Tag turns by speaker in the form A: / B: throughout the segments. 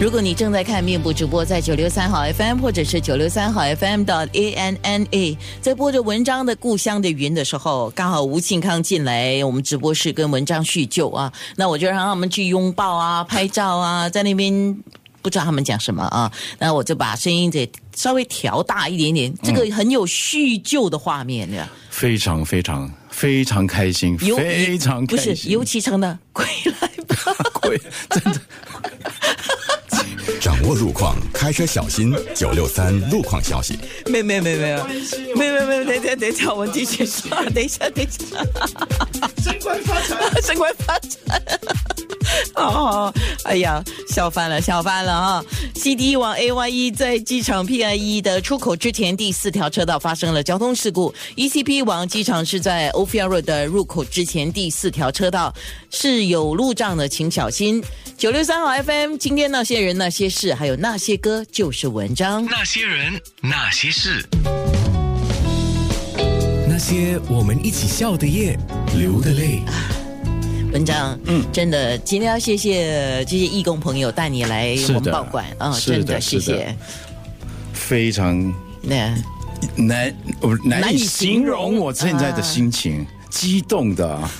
A: 如果你正在看面部直播，在九六三号 FM 或者是九六三号 FM 的 A N N A，在播着文章的《故乡的云》的时候，刚好吴庆康进来我们直播室跟文章叙旧啊，那我就让他们去拥抱啊、拍照啊，在那边。不知道他们讲什么啊，那我就把声音得稍微调大一点
B: 嗯
A: 点，这个很有叙旧的画面的。
B: 非常非常非常开心，
A: 尤
B: 非常
A: 不
B: 开
A: 是
B: 心
A: 尤其成的， 归来吧。
B: 贵，真的
C: 掌握路况，开车小心。九六三路况消息。
A: 没没没没有，没没没，等一下等一下，我们继续说，等一下等一下，
D: 升官发财。
A: 升官发展。哦，哎呀，笑翻了，笑翻了啊！CD 往 AYE 在机场 PIE 的出口之前，第四条车道发生了交通事故。ECP 往机场是在 o f i a r o 的入口之前，第四条车道是有路障的，请小心。九六三号 FM，今天那些人那些事，还有那些歌，就是文章。
E: 那些人，那些事，
F: 那些我们一起笑的夜，流的泪。
A: 文章，嗯，真的，今天要谢谢这些义工朋友带你来
B: 是
A: 我们
B: 的
A: 报馆啊、
B: 是的
A: 真的谢
B: 是的
A: 谢。
B: 非常
A: 那
B: 难我难
A: 难以
B: 以
A: 形
B: 形
A: 容
B: 容我现在的心情，激动的啊。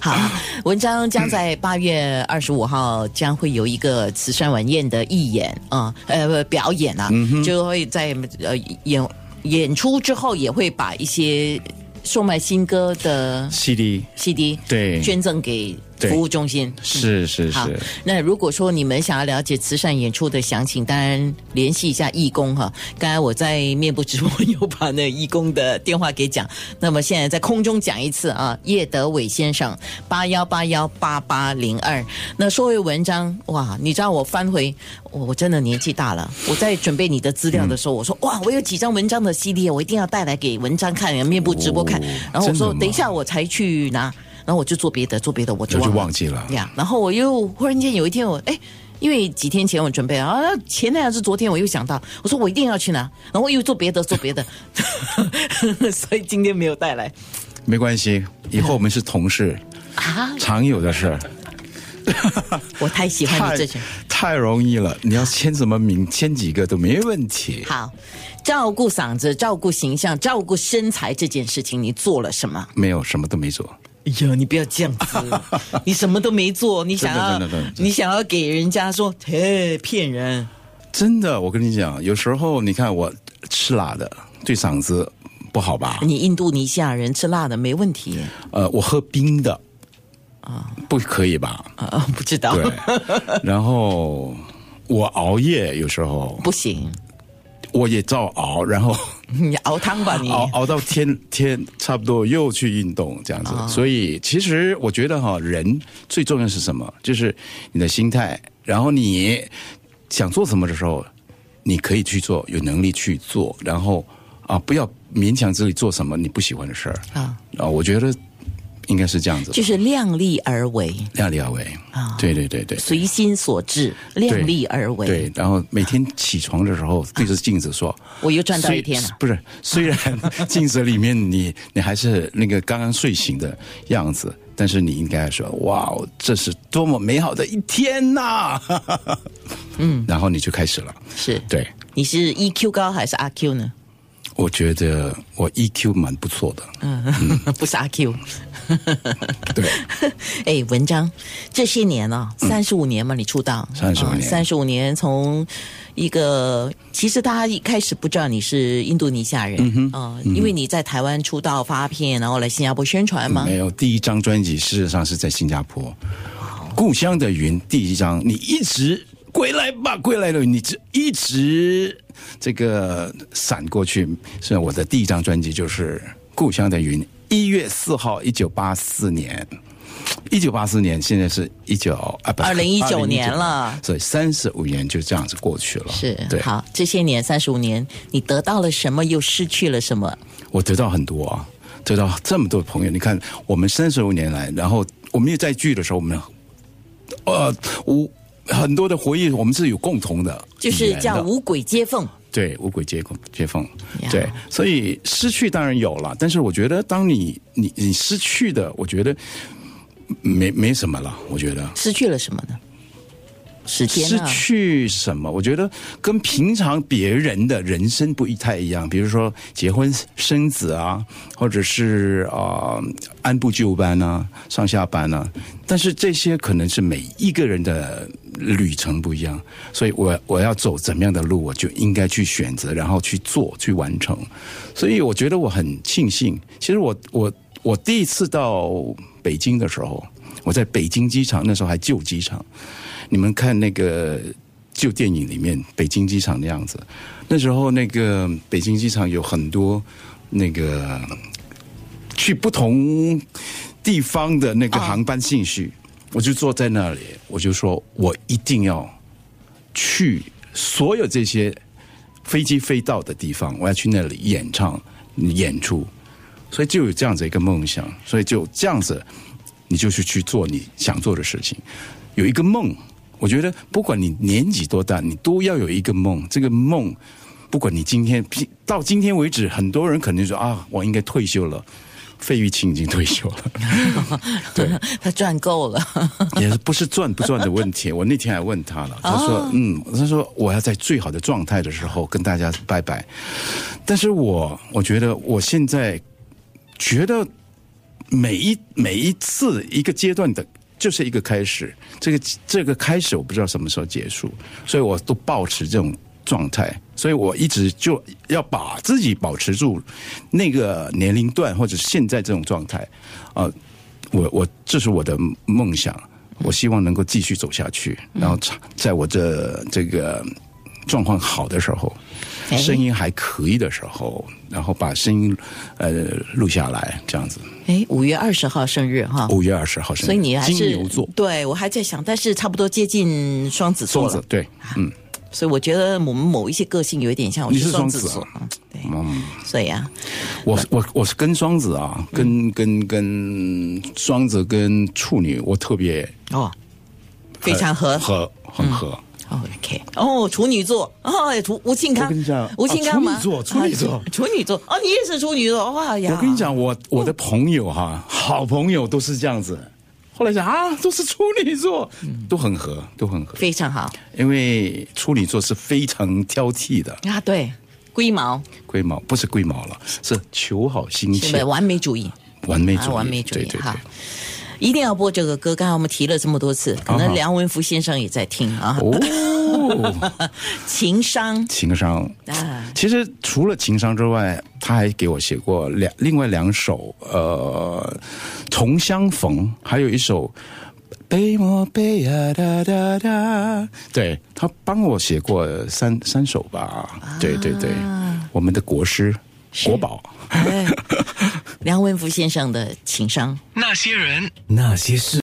A: 好，文章将在八月二十五号将会有一个慈善晚宴的义演啊、呃，不表演啊，
B: 嗯
A: 就会在呃演演出之后也会把一些售卖新歌的嗯
B: CD
A: CD
B: 对
A: 捐赠给
B: 对
A: 服务中心。
B: 是是
A: 好
B: 是，，
A: 那如果说你们想要了解慈善演出的详情，当然联系一下义工哈。刚才我在面部直播有把那义工的电话给讲，那么现在在空中讲一次啊，叶德伟先生八幺八幺八八零二。那说回文章，哇，你知道我翻回我我真的年纪大了，我在准备你的资料的
B: 嗯
A: 时候，我说哇，我有几张文章的 CD，我一定要带来给文章看，面部直播看
B: 哦。
A: 然后我
B: 真的
A: 说
B: 吗
A: 等一下我才去拿。然后我就做别的，做别的我就
B: 我
A: 忘
B: 就
A: 了
B: 忘记了。
A: 呀然后我又忽然间有一天我哎。因为几天前我准备啊，前天还是昨天，我又想到，我说我一定要去拿，然后又做别的做别的， 所以今天没有带来
B: 没关系，以后我们是同事，
A: 啊。
B: 常有的 事儿。
A: 我太喜欢
B: 太
A: 你这群。
B: 太容易了，你要签什么名，签几个都没问题。
A: 好，照顾嗓子、照顾形象、照顾身材这件事情，你做了什么？
B: 没有什么都没做，
A: 哎呀，你不要这样子，你什么都没做，你想要
B: 真的真的真的
A: 你想要给人家说，嘿，骗人。
B: 真的。我跟你讲，有时候你看我吃辣的，对嗓子不好吧？
A: 你印度尼西亚人吃辣的没问题
B: 呃，我喝冰的啊，不可以吧？
A: 啊、啊不知道，
B: 对， 然后我熬夜有时候
A: 不行，
B: 我也照熬，然后
A: 你熬汤吧你。
B: 熬熬到天天差不多又去运动这样子，
A: 啊
B: 所以其实我觉得哈，人最重要是什么？就是你的心态，然后你想做什么的时候，你可以去做，有能力去做，然后啊，不要勉强自己做什么你不喜欢的事儿
A: 啊
B: 啊，我觉得应该是这样子，
A: 就是量力而为，
B: 量力而为
A: 啊
B: 对对对对。
A: 随心所至，量力而为。
B: 对，然后每天起床的时候对着镜子说：“
A: 我又赚到
B: 虽
A: 一天啊了。
B: 不是，虽然镜子里面你你还是那个刚刚睡醒的样子，但是你应该说：哇，哦这是多么美好的一天呐、嗯， 然后你就开始了。
A: 是，
B: 对，
A: 你是 EQ 高还是阿 Q 呢？
B: 我觉得我 EQ 蛮不错的。
A: 嗯不是阿 Q。
B: 对，
A: 哎，文章，这些年啊，三十五年嘛，你出道啊
B: 35年
A: 三十五年从一个，其实大家一开始不知道你是印度尼西亚人啊、因为你在台湾出道发片，然后来新加坡宣传嘛
B: 没。有第一张专辑，事实上是在新加坡，《故乡的云》第一张，你一直归来吧，归来的云，你只一直这个闪过去，是我的第一张专辑，就是《故乡的云》。一月四号，一九八四年，一九八四年，现在是一九啊不，
A: 2019年了
B: 所以三十五年就这样子过去了。
A: 是
B: 对，
A: 好，这些年三十五年，你得到了什么，又失去了什么？
B: 我得到很多啊，得到这么多朋友。你看，我们三十五年来，然后我们又在聚的时候，我们呃，无很多的回忆，我们是有共同的语
A: 就
B: 言的，
A: 是叫无轨接缝。
B: 对无轨接缝接缝
A: 呀，
B: 对，所以失去当然有了，但是我觉得当你你你失去的，我觉得没没什么了，我觉得
A: 失去了什么呢？时间
B: 失
A: 啊，
B: 去什么？我觉得跟平常别人的人生不一太一样，比如说结婚生子啊，或者是啊、呃按部就班啊，上下班啊。但是这些可能是每一个人的旅程不一样，所以我我要走怎么样的路，我就应该去选择，然后去做，去完成。所以我觉得我很庆幸。其实我我我第一次到北京的时候，我在北京机场，那时候还旧机场。你们看那个旧电影里面北京机场的样子，那时候那个北京机场有很多那个去不同地方的那个航班信息，我就坐在那里，我就说我一定要去所有这些飞机飞到的地方，我要去那里演唱演出，所以就有这样子一个梦想，所以就这样子，你就去去做你想做的事情，有一个梦。我觉得不管你年纪多大，你都要有一个梦。这个梦，不管你今天到今天为止，很多人肯定说啊，我应该退休了。费玉清已经退休了，
A: 他赚够了，
B: 也不是赚不赚的问题。我那天还问他了，他说：“嗯，他说我要在最好的状态的时候跟大家拜拜。”但是我我觉得我现在觉得每一每一次一个阶段的。就是一个开始，这个这个开始我不知道什么时候结束，所以我都保持这种状态，所以我一直就要把自己保持住那个年龄段或者现在这种状态，啊、我我这是我的梦想，我希望能够继续走下去，然后长在我这这个状况好的时候，
A: 哎
B: 声音还可以的时候，然后把声音呃录下来，这样子。
A: 哎，五月二十号生日哈。
B: 五月二十号生日，
A: 所以你还是
B: 哦金牛座，
A: 对我还在想，但是差不多接近双子座
B: 双
A: 了。
B: 子，对，嗯，
A: 所以我觉得我们某一些个性有一点像，我
B: 你是
A: 双
B: 双
A: 子
B: 子
A: 座，
B: 啊
A: 嗯对，
B: 嗯，
A: 所以啊，
B: 我我我是跟双子啊，跟
A: 嗯
B: 跟跟双子跟处女，我特别
A: 哦，非常合。
B: 合很合，
A: 哦 OK，哦，处女座，哦，处吴庆康
B: 我跟你讲，
A: 吴庆
B: 啊
A: 康嘛，
B: 处女座处女座
A: 啊 处女座，哦，你也是处女座，哇呀！
B: 我跟你，讲，我我的朋友哈、
A: 哦
B: 好朋友都是这样子。后来想啊，都是处女座，都很合，都很合。
A: 嗯非常好
B: 因为处女座是非常挑剔的，
A: 啊，对，龟毛，
B: 龟毛不是龟毛了，是求好心
A: 是
B: 切
A: 不是，完美主义？
B: 完美主
A: 啊，
B: 义，
A: 完美主义
B: 对对
A: 哈
B: 对。。
A: 一定要播这个歌，刚才我们提了这么多次，可
B: 啊
A: 能
B: 哈
A: 梁文福先生也在听啊。
B: 哦，
A: 情商
B: 情商
A: 啊
B: 其实除了情商之外，他还给我写过两另外两首，呃，《同相逢》，还有一首《贝莫贝呀哒哒哒》。对他帮我写过三三首吧？对对对，我们的国师国宝。
A: 哎 梁文福先生的情商。
E: 那些人。
F: 那些事。